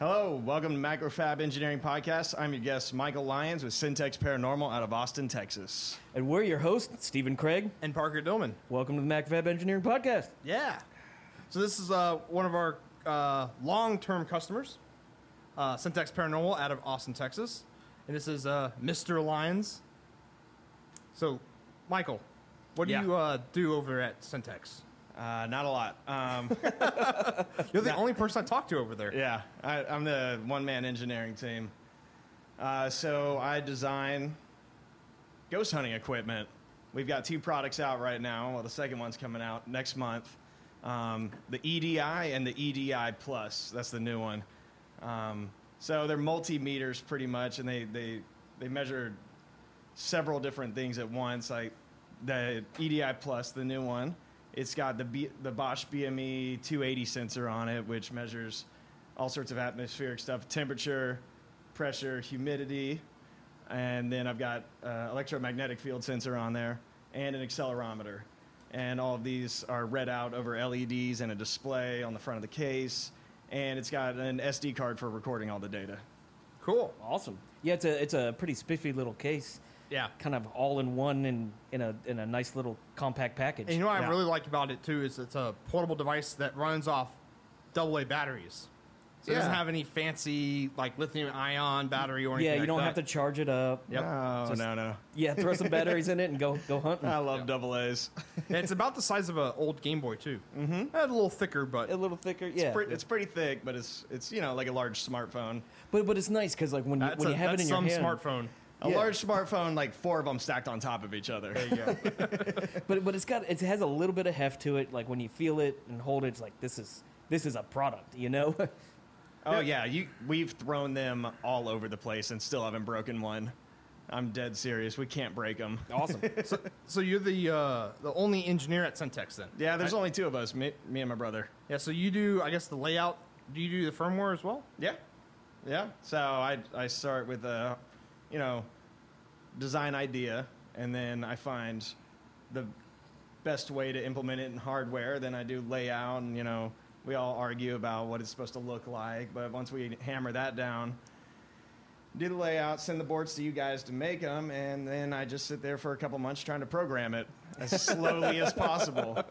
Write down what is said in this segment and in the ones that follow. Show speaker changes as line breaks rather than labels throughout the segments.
welcome to Macrofab Engineering Podcast. I'm your guest, Michael Lyons with Syntex Paranormal out of Austin, Texas.
And we're your hosts, Stephen Craig.
and Parker Dillman.
Welcome to the MacFab Engineering Podcast.
Yeah. So this is uh, one of our uh, long-term customers, uh, Syntax Paranormal out of Austin, Texas, and this is uh, Mr. Lyons. So, Michael, what do
Yeah.
you uh, do over at Syntax?
Uh, not a lot. Um,
You're the only person I talk to over there.
Yeah, I, I'm the one man engineering team. Uh, so I design ghost hunting equipment. We've got two products out right now. Well, the second one's coming out next month. Um, the EDI and the EDI Plus. That's the new one. Um, so they're multimeters pretty much, and they, they, they measure several different things at once. Like the EDI Plus, the new one, it's got the B, the Bosch BME 280 sensor on it, which measures all sorts of atmospheric stuff: temperature, pressure, humidity, and then I've got uh, electromagnetic field sensor on there and an accelerometer. And all of these are read out over LEDs and a display on the front of the case. And it's got an SD card for recording all the data.
Cool.
Awesome. Yeah, it's a it's a pretty spiffy little case,
Yeah.
kind of all in one and in a in a nice little compact package.
And you know what I
Yeah.
really like about it too is it's a portable device that runs off AA batteries. So it doesn't
Yeah.
have any fancy like lithium ion battery or anything.
yeah, you
like
don't
that.
have to charge it up.
Yep.
Oh,
Just-
no, no.
Yeah, throw some batteries in it and go go hunting.
Uh,
I love double A's.
And it's about the size of an old Game Boy too. Mm-hmm. A little thicker, but
a little thicker. Yeah,
Pre- It's pretty thick, but it's it's you know like a large smartphone.
but but it's nice because like when you,
that's,
when
a,
you have it
that's
in your
some
hand,
smartphone.
A
Yeah.
large smartphone, like four of them stacked on top of each other.
There you go.
but but it's got it has a little bit of heft to it. Like when you feel it and hold it, it's like this is this is a product. You know,
Oh yeah, you we've thrown them all over the place and still haven't broken one. I'm dead serious. We can't break them.
awesome.
so, so you're the uh, the only engineer at Syntex then?
Yeah, there's
I-
only two of us, me, me and my brother.
yeah. So you do, I guess, the layout. Do you do the firmware as well?
Yeah, yeah. So I I start with a, you know, design idea, and then I find the best way to implement it in hardware. Then I do layout, and you know, we all argue about what it's supposed to look like. But once we hammer that down, do the layout, send the boards to you guys to make them, and then I just sit there for a couple months trying to program it as slowly as possible.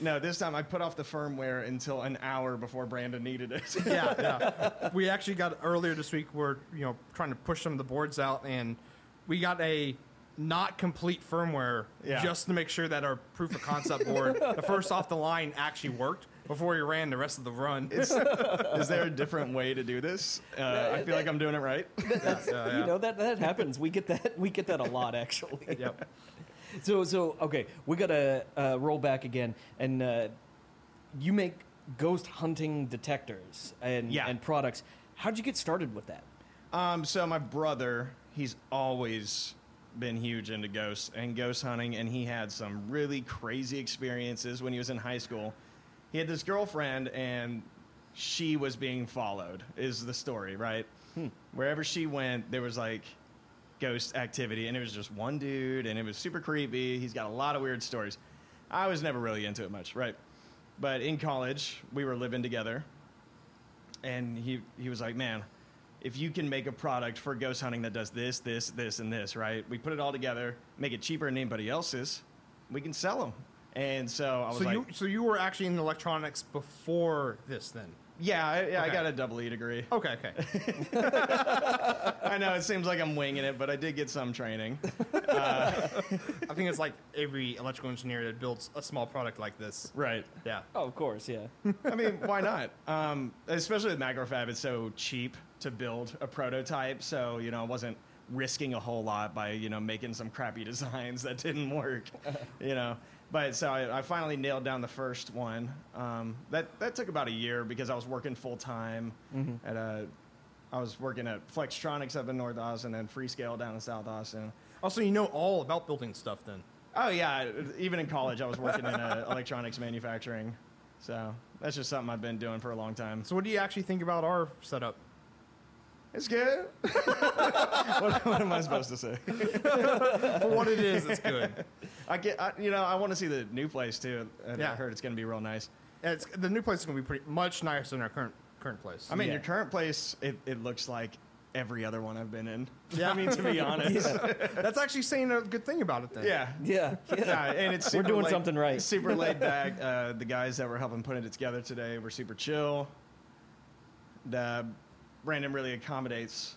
No, this time I put off the firmware until an hour before Brandon needed it.
Yeah, yeah. we actually got earlier this week. We're you know trying to push some of the boards out, and we got a not complete firmware
Yeah.
just to make sure that our proof of concept board, the first off the line, actually worked before we ran the rest of the run.
Is there a different way to do this? Uh, I feel like I'm doing it right.
Yeah, yeah.
You know that that happens. We get that we get that a lot actually.
Yep.
So so okay, we gotta uh, roll back again, and uh, you make ghost hunting detectors and
Yeah.
and products. How'd you get started with that?
Um, so my brother, he's always been huge into ghosts and ghost hunting, and he had some really crazy experiences when he was in high school. He had this girlfriend, and she was being followed. Is the story right? Wherever she went, there was like ghost activity, and it was just one dude, and it was super creepy. He's got a lot of weird stories. I was never really into it much, right? But in college, we were living together, and he he was like, "Man, if you can make a product for ghost hunting that does this, this, this, and this, right? We put it all together, make it cheaper than anybody else's. We can sell them." And so I was
So
like,
you so you were actually in electronics before this then?
"Yeah, I, yeah, I
Okay.
got a double E degree.
Okay, okay.
I know it seems like I'm winging it, but I did get some training."
I think it's like every electrical engineer that builds a small product like this.
right.
Yeah.
Oh, of course, yeah.
I mean, why not? Um, especially with Macrofab, it's so cheap to build a prototype. So, you know, I wasn't risking a whole lot by, you know, making some crappy designs that didn't work, you know. But so I, I finally nailed down the first one. Um, that, that took about a year because I was working full time at a. I was working at Flextronics up in North Austin and Freescale down in South Austin.
Also, you know all about building stuff then.
Oh yeah, even in college I was working in uh, electronics manufacturing. So that's just something I've been doing for a long time.
So what do you actually think about our setup?
It's good. what, what am I supposed to say?
For what it is, it's good.
I get, I, you know, I want to see the new place too. And I
Yeah.
heard it's going to be real nice.
And It's, the new place is going to be pretty much nicer than our current current place.
I mean,
Yeah.
your current place, it, it looks like every other one I've been in.
Yeah.
I mean, to be honest. Yeah.
that's actually saying a good thing about it then.
yeah.
Yeah. yeah.
and it's
We're
super
doing
laid-
something right.
Super laid back. Uh, the guys that were helping putting it together today were super chill. The Brandon really accommodates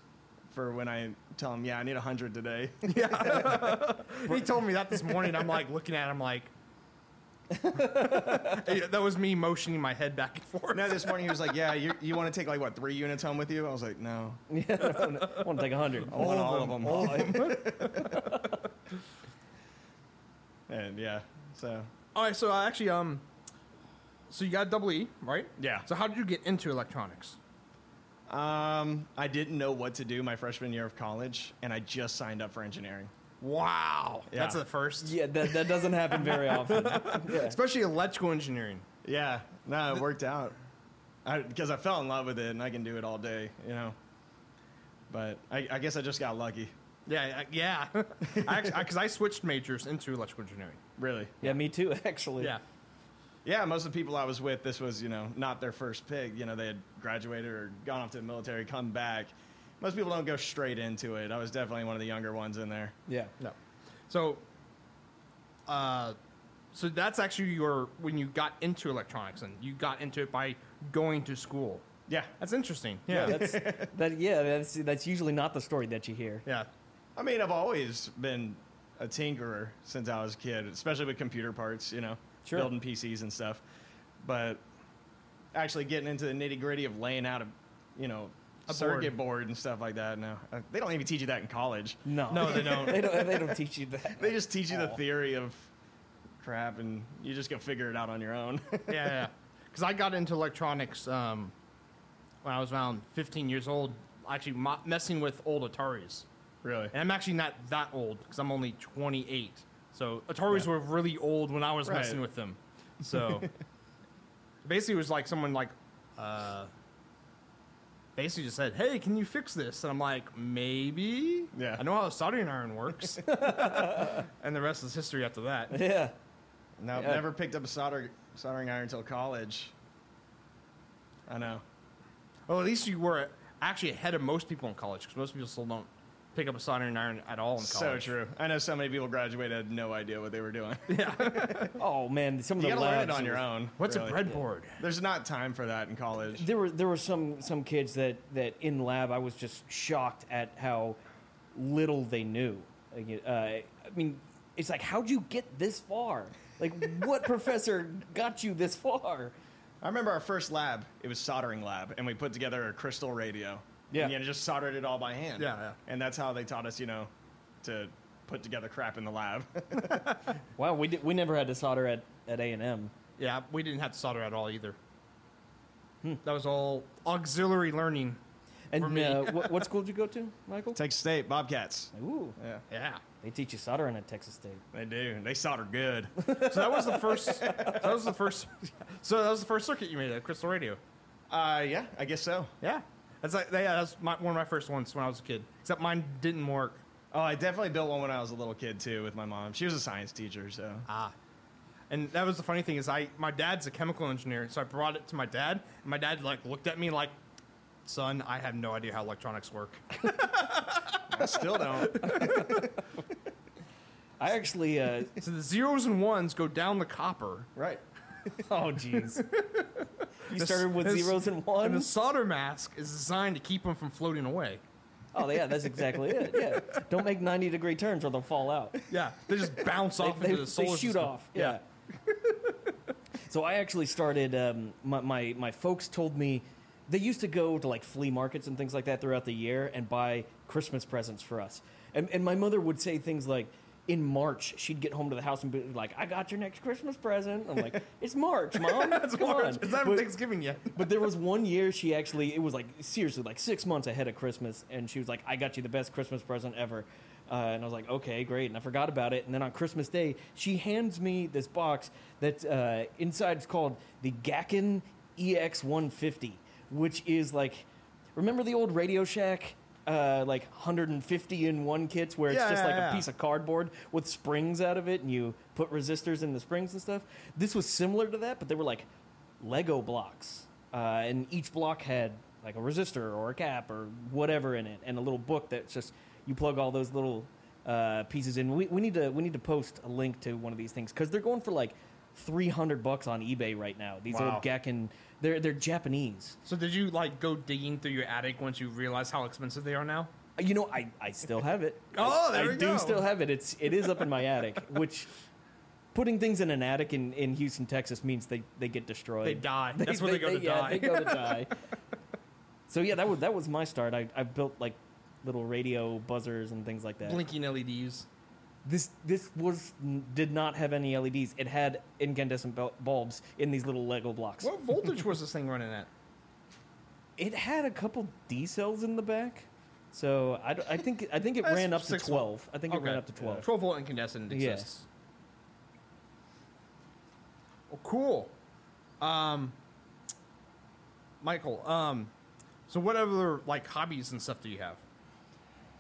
for when I tell him, "Yeah, I need hundred today."
He told me that this morning. I'm like looking at him like. Yeah, that was me motioning my head back and forth.
no, this morning he was like, "Yeah, you, you want to take like what three units home with you?" I was like, "No,
yeah. I want to take a hundred.
I want
of
all of
them,
them."
all
and yeah, so
All right, so uh, actually, um, so you got double E, right?
Yeah.
So how did you get into electronics?
um, I didn't know what to do my freshman year of college, and I just signed up for engineering.
Wow,
Yeah.
that's the first,
Yeah, that, that doesn't happen very often. Yeah.
especially electrical engineering.
Yeah, no, it worked out. Because I, fell in love with it and I can do it all day, you know. But I, I guess I just got lucky,
Yeah, I- yeah. Because I, switched majors into electrical engineering.
really.
Yeah, me too, actually.
Yeah, most of the people I was with, this was, you know, not their first pick. You know, they had graduated or gone off to the military, come back. Most people don't go straight into it. I was definitely one of the younger ones in there.
Yeah.
No. So, uh, so that's actually your when you got into electronics, and you got into it by going to school.
Yeah.
That's interesting.
Yeah,
Yeah.
that's that. Yeah, that's that's usually not the story that you hear.
yeah.
I mean, I've always been a tinkerer since I was a kid, especially with computer parts, you know,
Sure.
building PCs and stuff. But actually getting into the nitty gritty of laying out a, you know,
A
circuit board. and stuff like that. No, Uh, they don't even teach you that in college.
No,
No, they don't.
they don't. They don't teach you that.
They just teach you the
Aw.
theory of crap, and you just go figure it out on your own.
yeah, because I got into electronics um, when I was around 15 years old, actually mo- messing with old Ataris.
really?
And I'm actually not that old because I'm only 28. So Ataris were really old when I was
Right.
messing with them. So basically, it was like someone like uh, basically just said, "Hey, can you fix this?" And I'm like, "Maybe."
Yeah.
I know how soldering iron works. and the rest is history after that.
Yeah,
No,
Yeah.
never picked up a solder, soldering iron until college. I know.
Well, at least you were actually ahead of most people in college because most people still don't pick up a soldering iron at all in
So
college.
true. I know so many people graduated had no idea what they were doing. you
Oh man, some of the
gotta learn it
labs
on your
were-
own.
What's
really.
a breadboard?
There's not time for that in college.
There were there were some some kids that that in lab I was just shocked at how little they knew. Like, Uh, I mean, it's like how'd you get this far? Like, what professor got you this far?
I remember our first lab. It was soldering lab, and we put together a crystal radio.
Yeah.
and you just soldered it all by hand.
Yeah, yeah.
And that's how they taught us, you know, to put together crap in the lab.
Wow, we did, we never had to solder at at A and M.
Yeah, we didn't have to solder at all either. Hmm, That was all auxiliary learning. For
And
me.
uh, what, what school did you go to, Michael?
Texas State Bobcats.
Ooh,
Yeah,
Yeah.
they teach you soldering at Texas State.
they do. They solder good.
So that was the first. that was the first. So that was the first circuit you made at Crystal Radio.
uh, yeah, I guess so.
Yeah. That's like yeah, that's my, one of my first ones when I was a kid. Except mine didn't work.
Oh, I definitely built one when I was a little kid too with my mom. She was a science teacher, so
Ah. And that was the funny thing is I my dad's a chemical engineer, so I brought it to my dad, and my dad like looked at me like, "Son, I have no idea how electronics work."
I still don't.
I actually, uh,
so the zeros and ones go down the copper,
right.
oh jeez, you
This-
started with
this-
zeros and
and the
ones.
solder mask is designed to keep them from floating away.
Oh yeah, that's exactly it. Yeah, don't make ninety degree turns or they'll fall out.
Yeah, they just bounce
They,
off
they,
into the
they
solar
shoot
system.
off. Yeah. so I actually started. Um, my, my my folks told me they used to go to like flea markets and things like that throughout the year and buy Christmas presents for us. And and my mother would say things like. In March, she'd get home to the house and be like, "I got your next Christmas present." I'm like, "It's March, mom.
It's
Come
March.
on."
It's not
But-
even Thanksgiving yet.
But there was one year she actually, it was like seriously like six months ahead of Christmas, and she was like, "I got you the best Christmas present ever," uh, and I was like, "Okay, great." And I forgot about it. And then on Christmas Day, she hands me this box that uh, inside is called the E Gakken EX150, which is like, remember the old Radio Shack? Uh, like 150 in one kits where it's
Yeah,
just
yeah,
like
yeah.
a piece of cardboard with springs out of it and you put resistors in the springs and stuff. This was similar to that, but they were like Lego blocks. uh, and each block had like a resistor or a cap or whatever in it, and a little book that's just you plug all those little uh, pieces in. We, we need to we need to post a link to one of these things because they're going for like three hundred bucks on eBay right now. These
Wow.
old Gekken, they're they're Japanese.
So did you like go digging through your attic once you realized how expensive they are now?
You know, I, I still have it.
Oh,
I-
there
I
we
do
go.
still have it. It's it is up in my attic, which putting things in an attic in, in Houston, Texas means they, they get destroyed.
They die. That's where they go to
yeah,
die.
They go to die. so yeah, that was that was my start. I I built like little radio buzzers and things like that.
Blinking E LEDs.
This this was did not have any LEDs. It had incandescent bul- bulbs in these little Lego blocks.
What voltage was this thing running at?
It had a couple D cells in the back. So I, d- I think I think it
That's
ran up to
six-
twelve. I think it
Okay.
ran up to
Yeah.
twelve.
Twelve volt incandescent
Yeah.
exists. Oh, cool. Um, Michael. Um, so what other like hobbies and stuff do you have?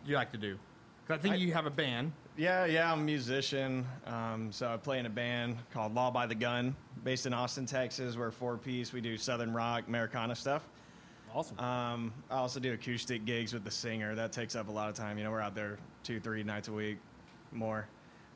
You like to do? 'Cause I think
I-
you have a band.
Yeah, yeah, I'm a musician. Um, so I play in a band called Law by the Gun, based in Austin, Texas. We're a four piece. We do Southern rock, Americana stuff.
Awesome.
Um, I also do acoustic gigs with the singer. That takes up a lot of time. You know, we're out there two, three nights a week, more.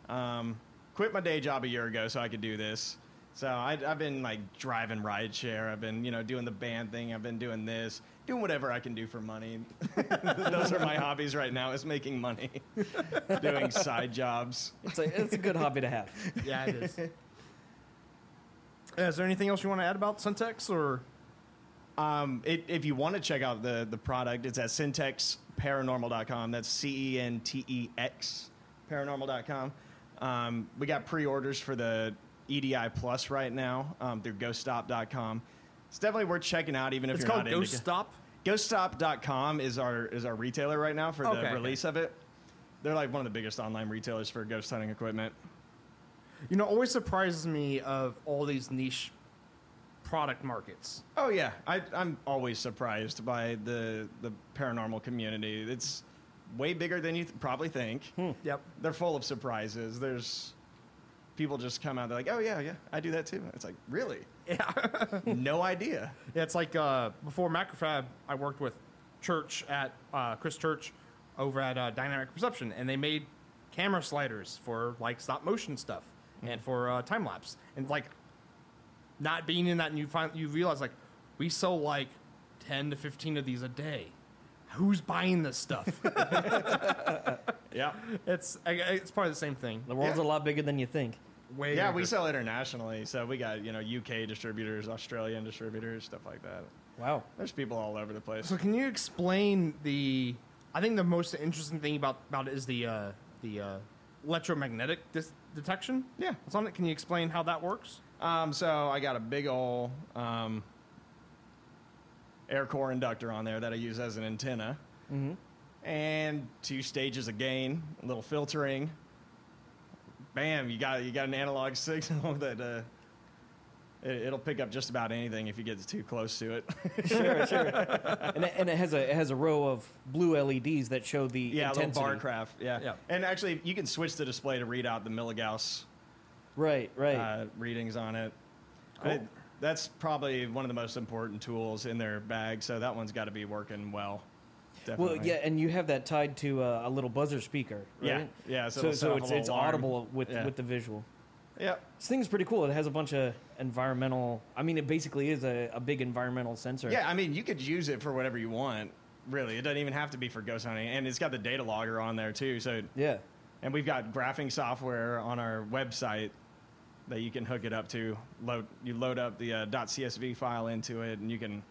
Um, quit my day job a year ago so I could do this. So I, I've been like driving rideshare. I've been, you know, doing the band thing. I've been doing this, doing whatever I can do for money. Those are my hobbies right now. Is making money, doing side jobs.
It's a, it's a good hobby to have.
Yeah, it is. Uh, is there anything else you want to add about Syntex or?
Um, it, if you want to check out the, the product, it's at syntexparanormal.com. That's C E N T E X paranormal.com. Um, we got pre orders for the EDI Plus right now um, through ghoststop.com. It's definitely worth cheching out, even if
It's
you're
called
not
Ghost
into
Stop.
ghoststop.com is our, is our retailer right now for
Okay,
the
okay.
release of it. They're like one of the biggest online retailers for ghost hunting equipment.
You know, always surprises me of all these niche product markets.
Oh yeah, I, I'm always surprised by the the paranormal community. It's way bigger than you th- probably think.
Yep.
They're full of surprises. There's people just come out. They're like, oh yeah, yeah, I do that too. It's like really, no idea.
Yeah, it's like uh, before Macrofab, I worked with Church at uh, Chris Church over at uh, Dynamic Perception, and they made camera sliders for like stop motion stuff and for uh, time lapse. And like not being in that, and you find you realize like we sell like ten to fifteen of these a day. Who's buying this stuff?
Yeah,
it's I- I- it's probably the same thing.
The world's
Yeah.
a lot bigger than you think.
Way
yeah. We
bigger.
sell internationally, so we got you know UK distributors, Australian distributors, stuff like that.
Wow.
There's people all over the place.
So can you explain the? I think the most interesting thing about about it is the uh, the uh, electromagnetic dis- detection.
Yeah.
What's on it? Can you explain how that works?
Um, so I got a big ol' um, air core inductor on there that I use as an antenna, and two stages of gain, a little filtering. Bam! You got you got an analog signal that uh, it, it'll pick up just about anything if you get too close to it.
Sure, sure. and, it, and it has a it has a row of blue LEDs that show the
yeah, a little
intensity.
bar craft. Yeah.
Yeah.
and actually you can switch the display to read out the milligauss
Right, right.
uh, readings on it.
Cool.
I- that's probably one of the most important tools in their bag, so that one's got to be working well.
well,
Definitely.
yeah, and you have that tied to uh, a little buzzer speaker,
Yeah,
right?
yeah, so
So,
it'll set off a
it's
little
it's
alarm.
audible with
Yeah.
with the visual.
Yep.
This thing's pretty cool. It has a bunch of environmental. I mean, it basically is a, a big environmental sensor.
Yeah, I mean, you could use it for whatever you want. Really, it doesn't even have to be for ghost hunting, and it's got the data logger on there too. So,
Yeah.
and we've got graphing software on our website that you can hook it up to. Load you load up the uh, .csv file into it, and you can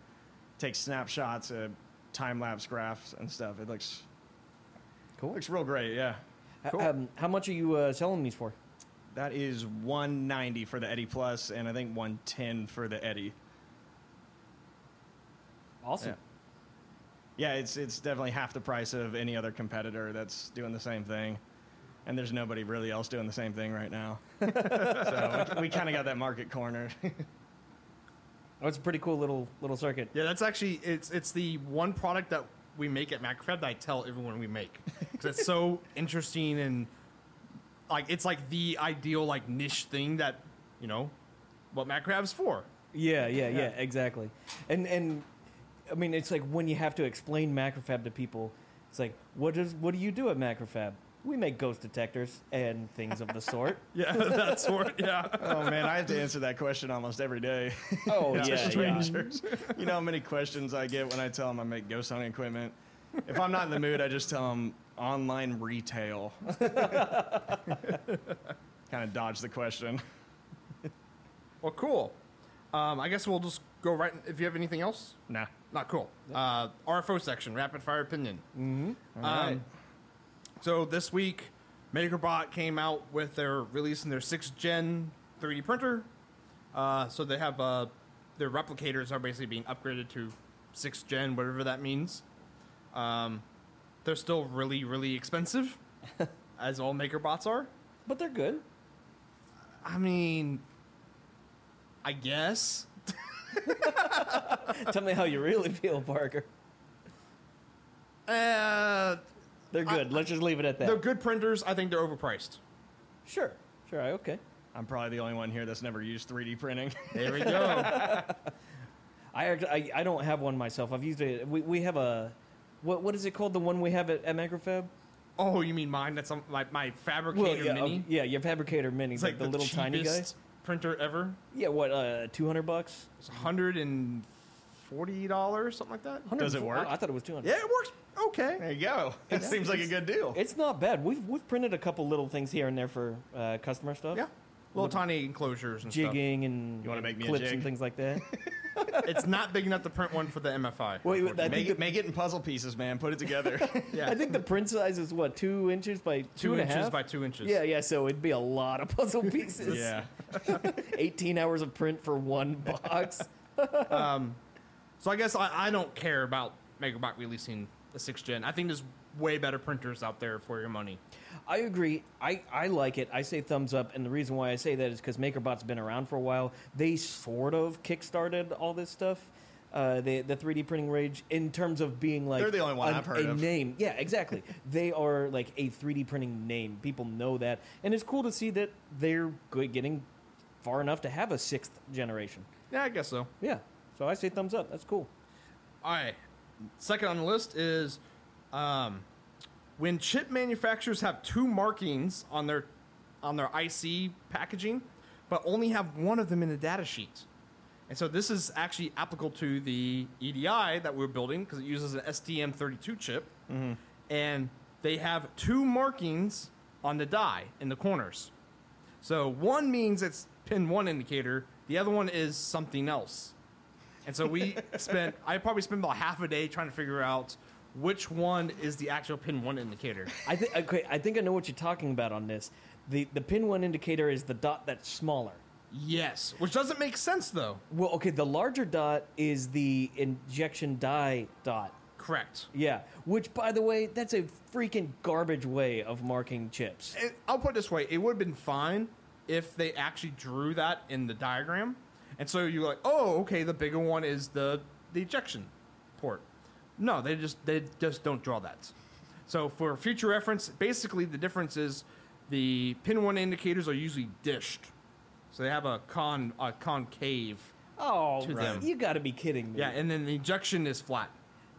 take snapshots, uh, time lapse graphs, and stuff. It looks
Cool.
looks real great. Yeah.
H-
cool.
Um, how much are you uh, selling these for?
That is 190 for the Eddie Plus, and I think 110 for the Eddie.
Awesome.
Yeah. Yeah, it's it's definitely half the price of any other competitor that's doing the same thing, and there's nobody really else doing the same thing right now. so we, we kind of got that market cornered.
Oh, it's a pretty cool little little circuit.
Yeah, that's actually it's it's the one product that we make at Macrofab that I tell everyone we make because it's so interesting and like it's like the ideal like niche thing that you know what Macrofab's for.
Yeah, yeah, yeah, exactly. And and I mean, it's like when you have to explain macrofab to people, it's like, what does what do you do at macrofab? We make ghost detectors and things of the sort.
Yeah, that sort. Yeah.
Oh man, I have to answer that question almost every day.
Oh
to
yeah, yeah.
strangers. You know how many questions I get when I tell them I make ghost hunting equipment. If I'm not in the mood, I just tell them online retail. kind of dodge the question.
Well, cool. Um, I guess we'll just go right. If you have anything else,
Nah.
not cool. Uh, RFO section, rapid fire opinion. Mm-hmm.
right.
So this week, MakerBot came out with their releasing their sixth gen 3D printer. Uh, so they have uh, their replicators are basically being upgraded to sixth gen, whatever that means. Um, they're still really, really expensive, as all MakerBots are.
But they're good.
I mean, I guess.
Tell me how you really feel, Parker.
Uh,
They're
I-
good. Let's just leave it at that.
They're good printers. I think they're overpriced.
Sure, sure. I okay.
I'm probably the only one here that's never used 3D printing.
There we go.
I, act- I I don't have one myself. I've used it. We, we have a what what is it called? The one we have at, at Macrofab.
oh, you mean mine? That's on my, my fabricator
yeah,
mini.
oh, yeah, your fabricator mini,
It's
like,
like
the, little tiny guy.
cheapest printer ever.
Yeah, what uh, two hundred bucks?
It's hundred and forty dollars, something like that.
100
Does it work?
I, I thought it was two hundred.
Yeah, it works okay.
There you go. It seems like a good deal.
It's not bad. We've we've printed a couple little things here and there for uh, customer stuff.
Yeah, little tiny enclosures and
Jigging and
You wanna make
and
me a
clips
jig?
and things like that.
stuff. It's not big enough to print one for the MFI.
Wait, wait,
unfortunately.
I think
Make it, make it in puzzle pieces, man. Put it together.
yeah,
I think the print size is what two inches by
two
and a
inches
half?
by two inches.
Yeah, yeah. So it'd be a lot of puzzle pieces.
yeah.
Eighteen hours of print for one box.
So I guess I, I don't care about MegaBot releasing a sixth gen. I think there's way better printers out there for your money.
I agree. I, I like it. I say thumbs up, and the reason why I say that is because MakerBot's been around for a while. They sort of kickstarted all this stuff, uh, the the three D printing rage in terms of being like
They're the only one
a,
I've heard
a
of.
name. Yeah, exactly. they are like a three D printing name. People know that, and it's cool to see that they're good, getting far enough to have a sixth generation.
Yeah, I guess so.
Yeah. So I say thumbs up. That's cool.
All right. Second on the list is um, when chip manufacturers have two markings on their on their IC packaging, but only have one of them in the data sheet. And so this is actually applicable to the EDI that we're building because it uses an STM32 chip, and they have two markings on the die in the corners. So one means it's pin one indicator, the other one is something else. And so we spent, I probably spent about half a day trying to figure out which one is the actual pin one indicator.
I think okay. I think I know what you're talking about on this. The the pin one indicator is the dot that's smaller.
Yes. Which doesn't make sense though.
Well, okay, the larger dot is the injection die dot.
Correct.
Yeah, which, by the way, that's a freaking garbage way of marking chips.
And I'll put it this way it would have been fine if they actually drew that in the diagram. And so you're like, oh, okay, the bigger one is the, the ejection port. No, they just they just don't draw that. So for future reference, basically the difference is the pin one indicators are usually dished. So they have a con a concave
Oh,
To them.
you got to be kidding me.
Yeah, and then the ejection is flat.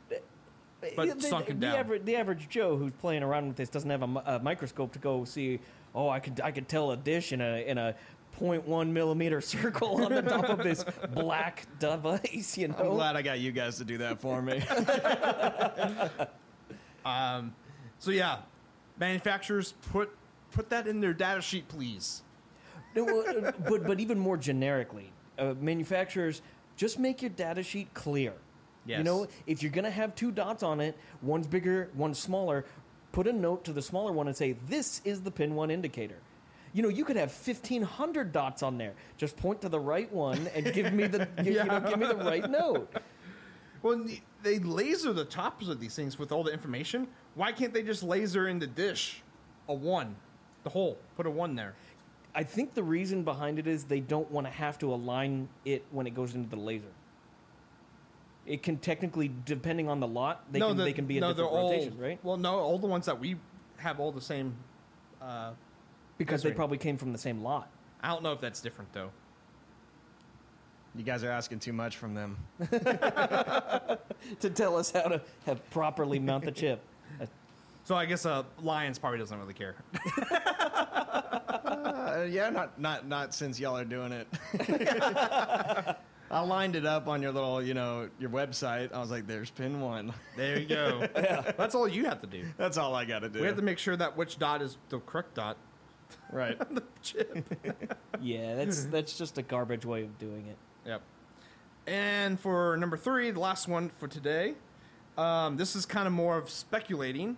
but
The- the,
sunken
the
down.
Average, the average Joe who's playing around with this doesn't have a, mi- a microscope to go see. Oh, I could I could tell a dish in a in a 0.1 millimeter circle on the top of this black device. You know.
I'm glad I got you guys to do that for me.
So yeah, manufacturers put put that in their data sheet, please.
No, well, uh, but but even more generically, uh, manufacturers just make your data sheet clear. You
Yes.
know, if you're gonna have two dots on it, one's bigger, one's smaller, put a note to the smaller one and say this is the pin one indicator. You know, you could have fifteen hundred dots on there. Just point to the right one and give me the you, you know, give me the right note.
Well, n- they laser the tops of these things with all the information. Why can't they just laser in the dish a one, the hole? Put a one there.
I think the reason behind it is they don't want to have to align it when it goes into the laser. It can technically, depending on the lot, they can
the-
they can be a
no, they're
different
all-
rotation, right?
Well, no, all the ones that we have all the same. Uh,
Because
That's
they
right.
probably came from the same lot.
I don't know if that's different though.
You guys are asking too much from them.
to tell us how to have properly mount the chip. Uh,
So I guess uh, Lions probably doesn't really care.
Uh, yeah, not not not since y'all are doing it. I lined it up on your little, you know, your website. I was like, "There's pin one."
There you go. That's all you have to do.
That's all I got to do.
We have to make sure that which dot is the correct dot.
right.
Chip.
yeah, that's that's just a garbage way of doing it.
Yep. And for number three, the last one for today, um, this is kind of more of speculating.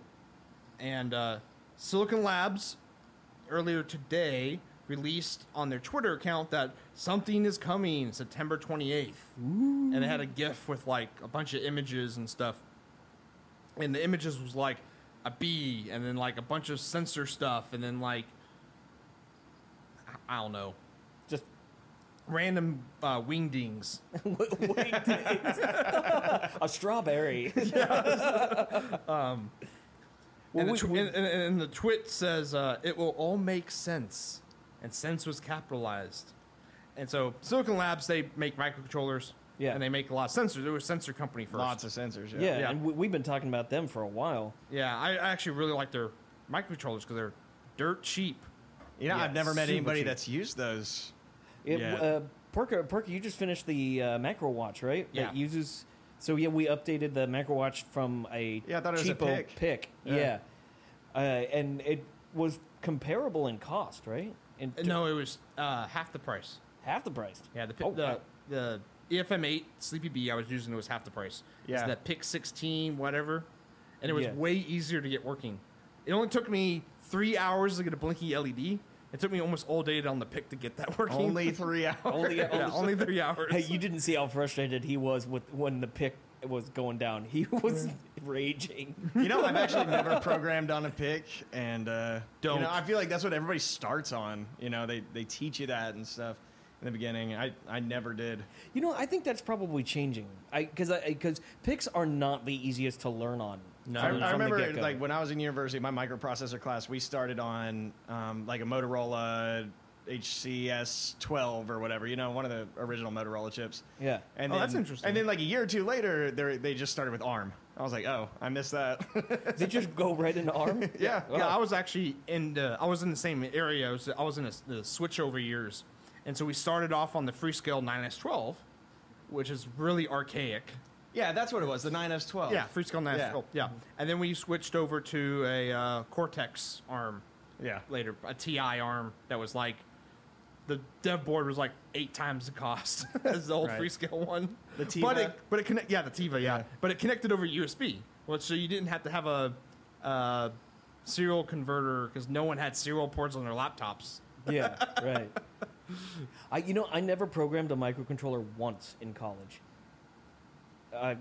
And uh, Silicon Labs earlier today released on their Twitter account that something is coming September 28th. And it had a GIF with like a bunch of images and stuff. And the images was like a bee and then like a bunch of sensor stuff and then like, I- I don't know,
Just
random uh, wingdings.
wait, a strawberry.
Um, and,
Well,
the tw-
we-
and, and, and the twit says uh, it will all make sense, and sense was capitalized. And so Silicon Labs they make microcontrollers,
Yeah.
and they make a lot of sensors. They were a sensor company first.
Lots of sensors. Yeah.
yeah,
Yeah.
and we, we've been talking about them for a while.
yeah, I, I actually really like their microcontrollers because they're dirt cheap.
You know,
Yeah,
I've never met
super
anybody
cheap.
that's used those.
It,
Yeah.
uh, Perka, Perka, you just finished the uh, macro watch, right?
Yeah.
That uses. So yeah, we updated the macro watch from a
Yeah, I thought it was a
cheapo
pick.
Yeah, Uh, and it was comparable in cost, right? In
Uh, No, it was uh, half the price.
half the price.
Yeah, the pi-
Oh,
the,
wow.
the E EFM8 Sleepy Bee I was using was half the price.
Yeah.
it's the Pick 16 whatever, and it was
Yeah.
way easier to get working. It only took me three hours to get a blinky LED. It took me almost all day on the Pick to get that working.
Only three hours.
only,
yeah,
only-
only three hours.
Hey, you didn't see how frustrated he was with when the pick was going down. He was raging.
You know, I've actually never programmed on a pick, and uh,
Don't.
You know, I feel like that's what everybody starts on. You know, they they teach you that and stuff in the beginning. I I never did.
You know, I think that's probably changing. I because I because picks are not the easiest to learn on.
No.
I,
from-
I
from the
remember
get-go.
like when I was in university, my microprocessor class, we started on um, like a Motorola HCS 12 or whatever, you know, one of the original Motorola chips.
yeah.
And
Oh,
then,
that's interesting.
And then like a year or two later, they they just started with ARM. I was like, oh, I missed that.
They just go right into arm.
yeah.
yeah, I was actually in the I was in the same area. I was, I was in a, the switchover years, and so we started off on the Freescale 9s12, which is really archaic.
Yeah, that's what it was, the 9S12.
Yeah, Freescale 9s12.
Yeah. Mm-hmm.
Yeah. and then we switched over to a uh, Cortex ARM
Yeah.
later, a TI ARM that was like the dev board was like eight times the cost as the old
Right.
Freescale one.
The
but
Tiva?
it but it connect yeah the Tiva yeah, but it connected over USB, which so you didn't have to have a. Uh, serial converter because no one had serial ports on their laptops
yeah. Right. I you know I never programmed a microcontroller once in college. Uh,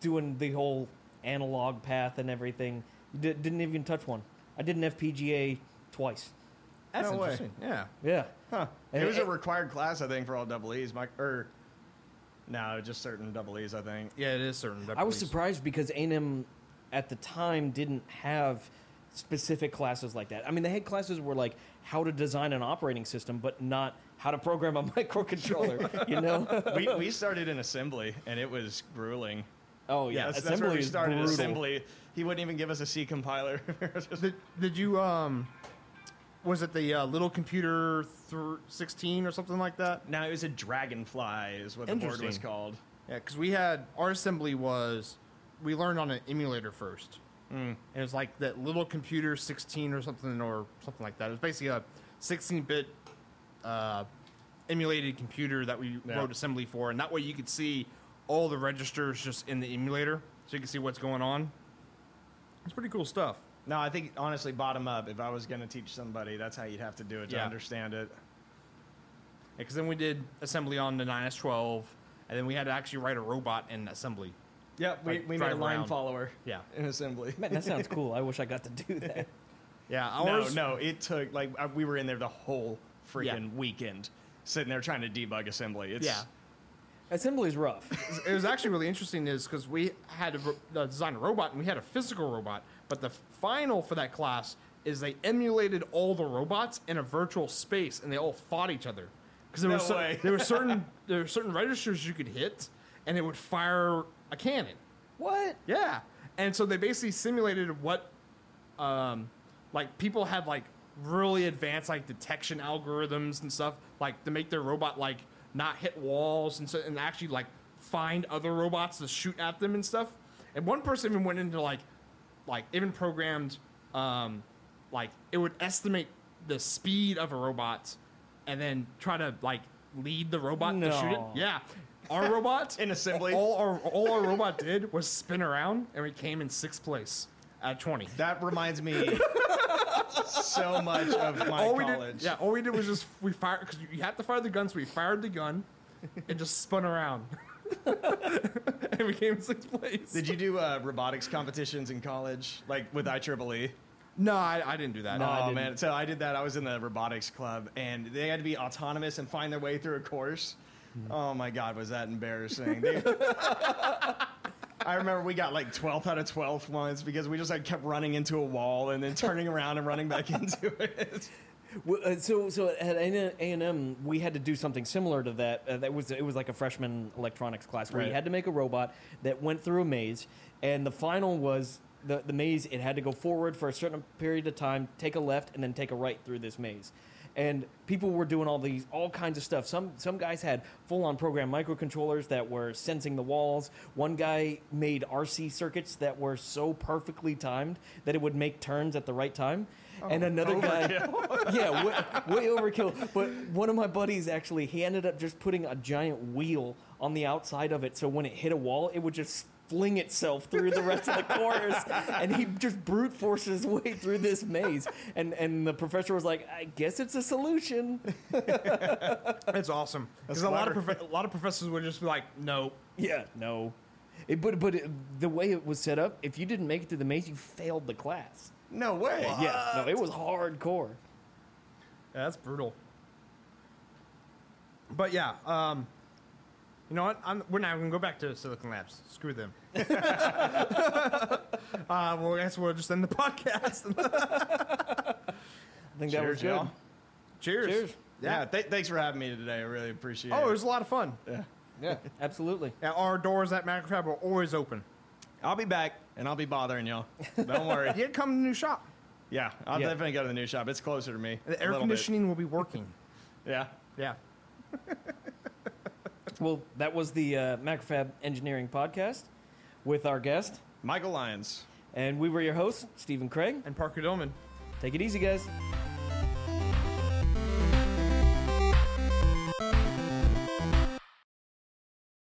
doing the whole analog path and everything. D- didn't even touch one. I did an FPGA twice.
That's
no way.
interesting.
yeah
Yeah.
Huh.
And-
It was a
and-
required class, I think, for all double E's. My, or, no, just certain double E's, I think.
yeah it is certain
I was
definitely.
surprised because A&M at the time didn't have specific classes like that. I mean, they had classes were like how to design an operating system, but not how to program a microcontroller. you know?
we, we started in assembly, and it was grueling.
Oh yeah,
that's,
assembly
that's where we
is
started.
brutal.
Assembly. He wouldn't even give us a C compiler. We were just-
Did, did you um, was it the uh, little computer thr sixteen or something like that?
no, it was a dragonfly, is what the board was
Interesting.
called.
Yeah, because we had our assembly was we learned on an emulator first. Mm. It was like that little computer sixteen or something or something like that. It was basically a sixteen bit uh, emulated computer that we
Yeah.
wrote assembly for, and that way you could see all the registers just in the emulator, so you can see what's going on. It's pretty cool stuff.
No, I think honestly, bottom up. If I was going to teach somebody, that's how you'd have to do it to
Yeah.
understand it.
Because then we did assembly on the 9S12, and then we had to actually write a robot in assembly.
Yep, we,
Like,
we made a
drive
line
around.
follower.
Yeah.
in assembly.
Man, that sounds cool. I wish I got to do that.
Yeah,
No,
ours.
no, it took like I- we were in there the whole freaking weekend, sitting there trying to debug assembly. It's,
Yeah.
Assembly's rough.
It was actually really interesting is because we had to ro- uh, design a robot, and we had a physical robot. But the final for that class is they emulated all the robots in a virtual space, and they all fought each other. because there
No
were cer-
way.
there were certain there were certain registers you could hit, and it would fire a cannon.
What?
Yeah, and so they basically simulated what, um, like people had like really advanced like detection algorithms and stuff like to make their robot like not hit walls and so and actually like find other robots to shoot at them and stuff. And one person even went into like, like even programmed, um, like it would estimate the speed of a robot, and then try to like lead the robot to shoot it.
No.
Yeah. Our robot
In assembly.
All our all our robot did was spin around, and we came in sixth place at twenty.
That reminds me so much of my
all we
college.
did, yeah, all we did was just we fired because you had to fire the guns. we fired the gun, and just spun around, and we came in sixth place.
Did you do uh, robotics competitions in college, like with IEEE?
No, I, I didn't do that.
No. I
oh
didn't.
man, so I did that. I was in the robotics club, and they had to be autonomous and find their way through a course. Oh my god, was that embarrassing? They- I remember we got like 12th out of 12th once because we just like kept running into a wall and then turning around and running back into it.
Well, uh, so so at A and M, we had to do something similar to that. Uh, that was it was like a freshman electronics class where you
Right.
had to make a robot that went through a maze, and the final was the the maze. It had to go forward for a certain period of time, take a left, and then take a right through this maze. And people were doing all these all kinds of stuff. Some some guys had full on program microcontrollers that were sensing the walls. One guy made RC circuits that were so perfectly timed that it would make turns at the right time. and another guy yeah, way, way overkill. But one of my buddies actually, he ended up just putting a giant wheel on the outside of it, so when it hit a wall, it would just fling itself through the rest of the course, and he just brute forces his way through this maze. And and the professor was like, "I guess it's a solution."
That's awesome. Because a lot of
clever.
prof- a lot of professors would just be like, no.
Yeah, no. It, but but it, the way it was set up, if you didn't make it through the maze, you failed the class.
No way.
Yeah, no, it was hardcore.
Yeah, that's brutal. But yeah, um, you know what? I'm, we're not going to go back to Silicon Labs. Screw them. uh, well, I guess we'll just end the podcast.
I think that
Cheers,
was good.
y'all.
Cheers.
Cheers.
Yeah, th- thanks for having me today. I really appreciate
Oh, it
it.
was a lot of fun.
yeah.
Yeah.
Absolutely.
yeah our doors at Macrofab are always open.
I'll be back and I'll be bothering y'all. Don't worry.
You can come to the new shop.
Yeah, I'll
Yeah.
definitely go to the new shop. It's closer to me.
The
a
air
little bit.
conditioning will be working.
Yeah.
Yeah.
Well, that was the uh, Macrofab Engineering Podcast with our guest.
Michael Lyons.
And we were your hosts, Stephen Craig.
And Parker Dillman.
Take it easy, guys.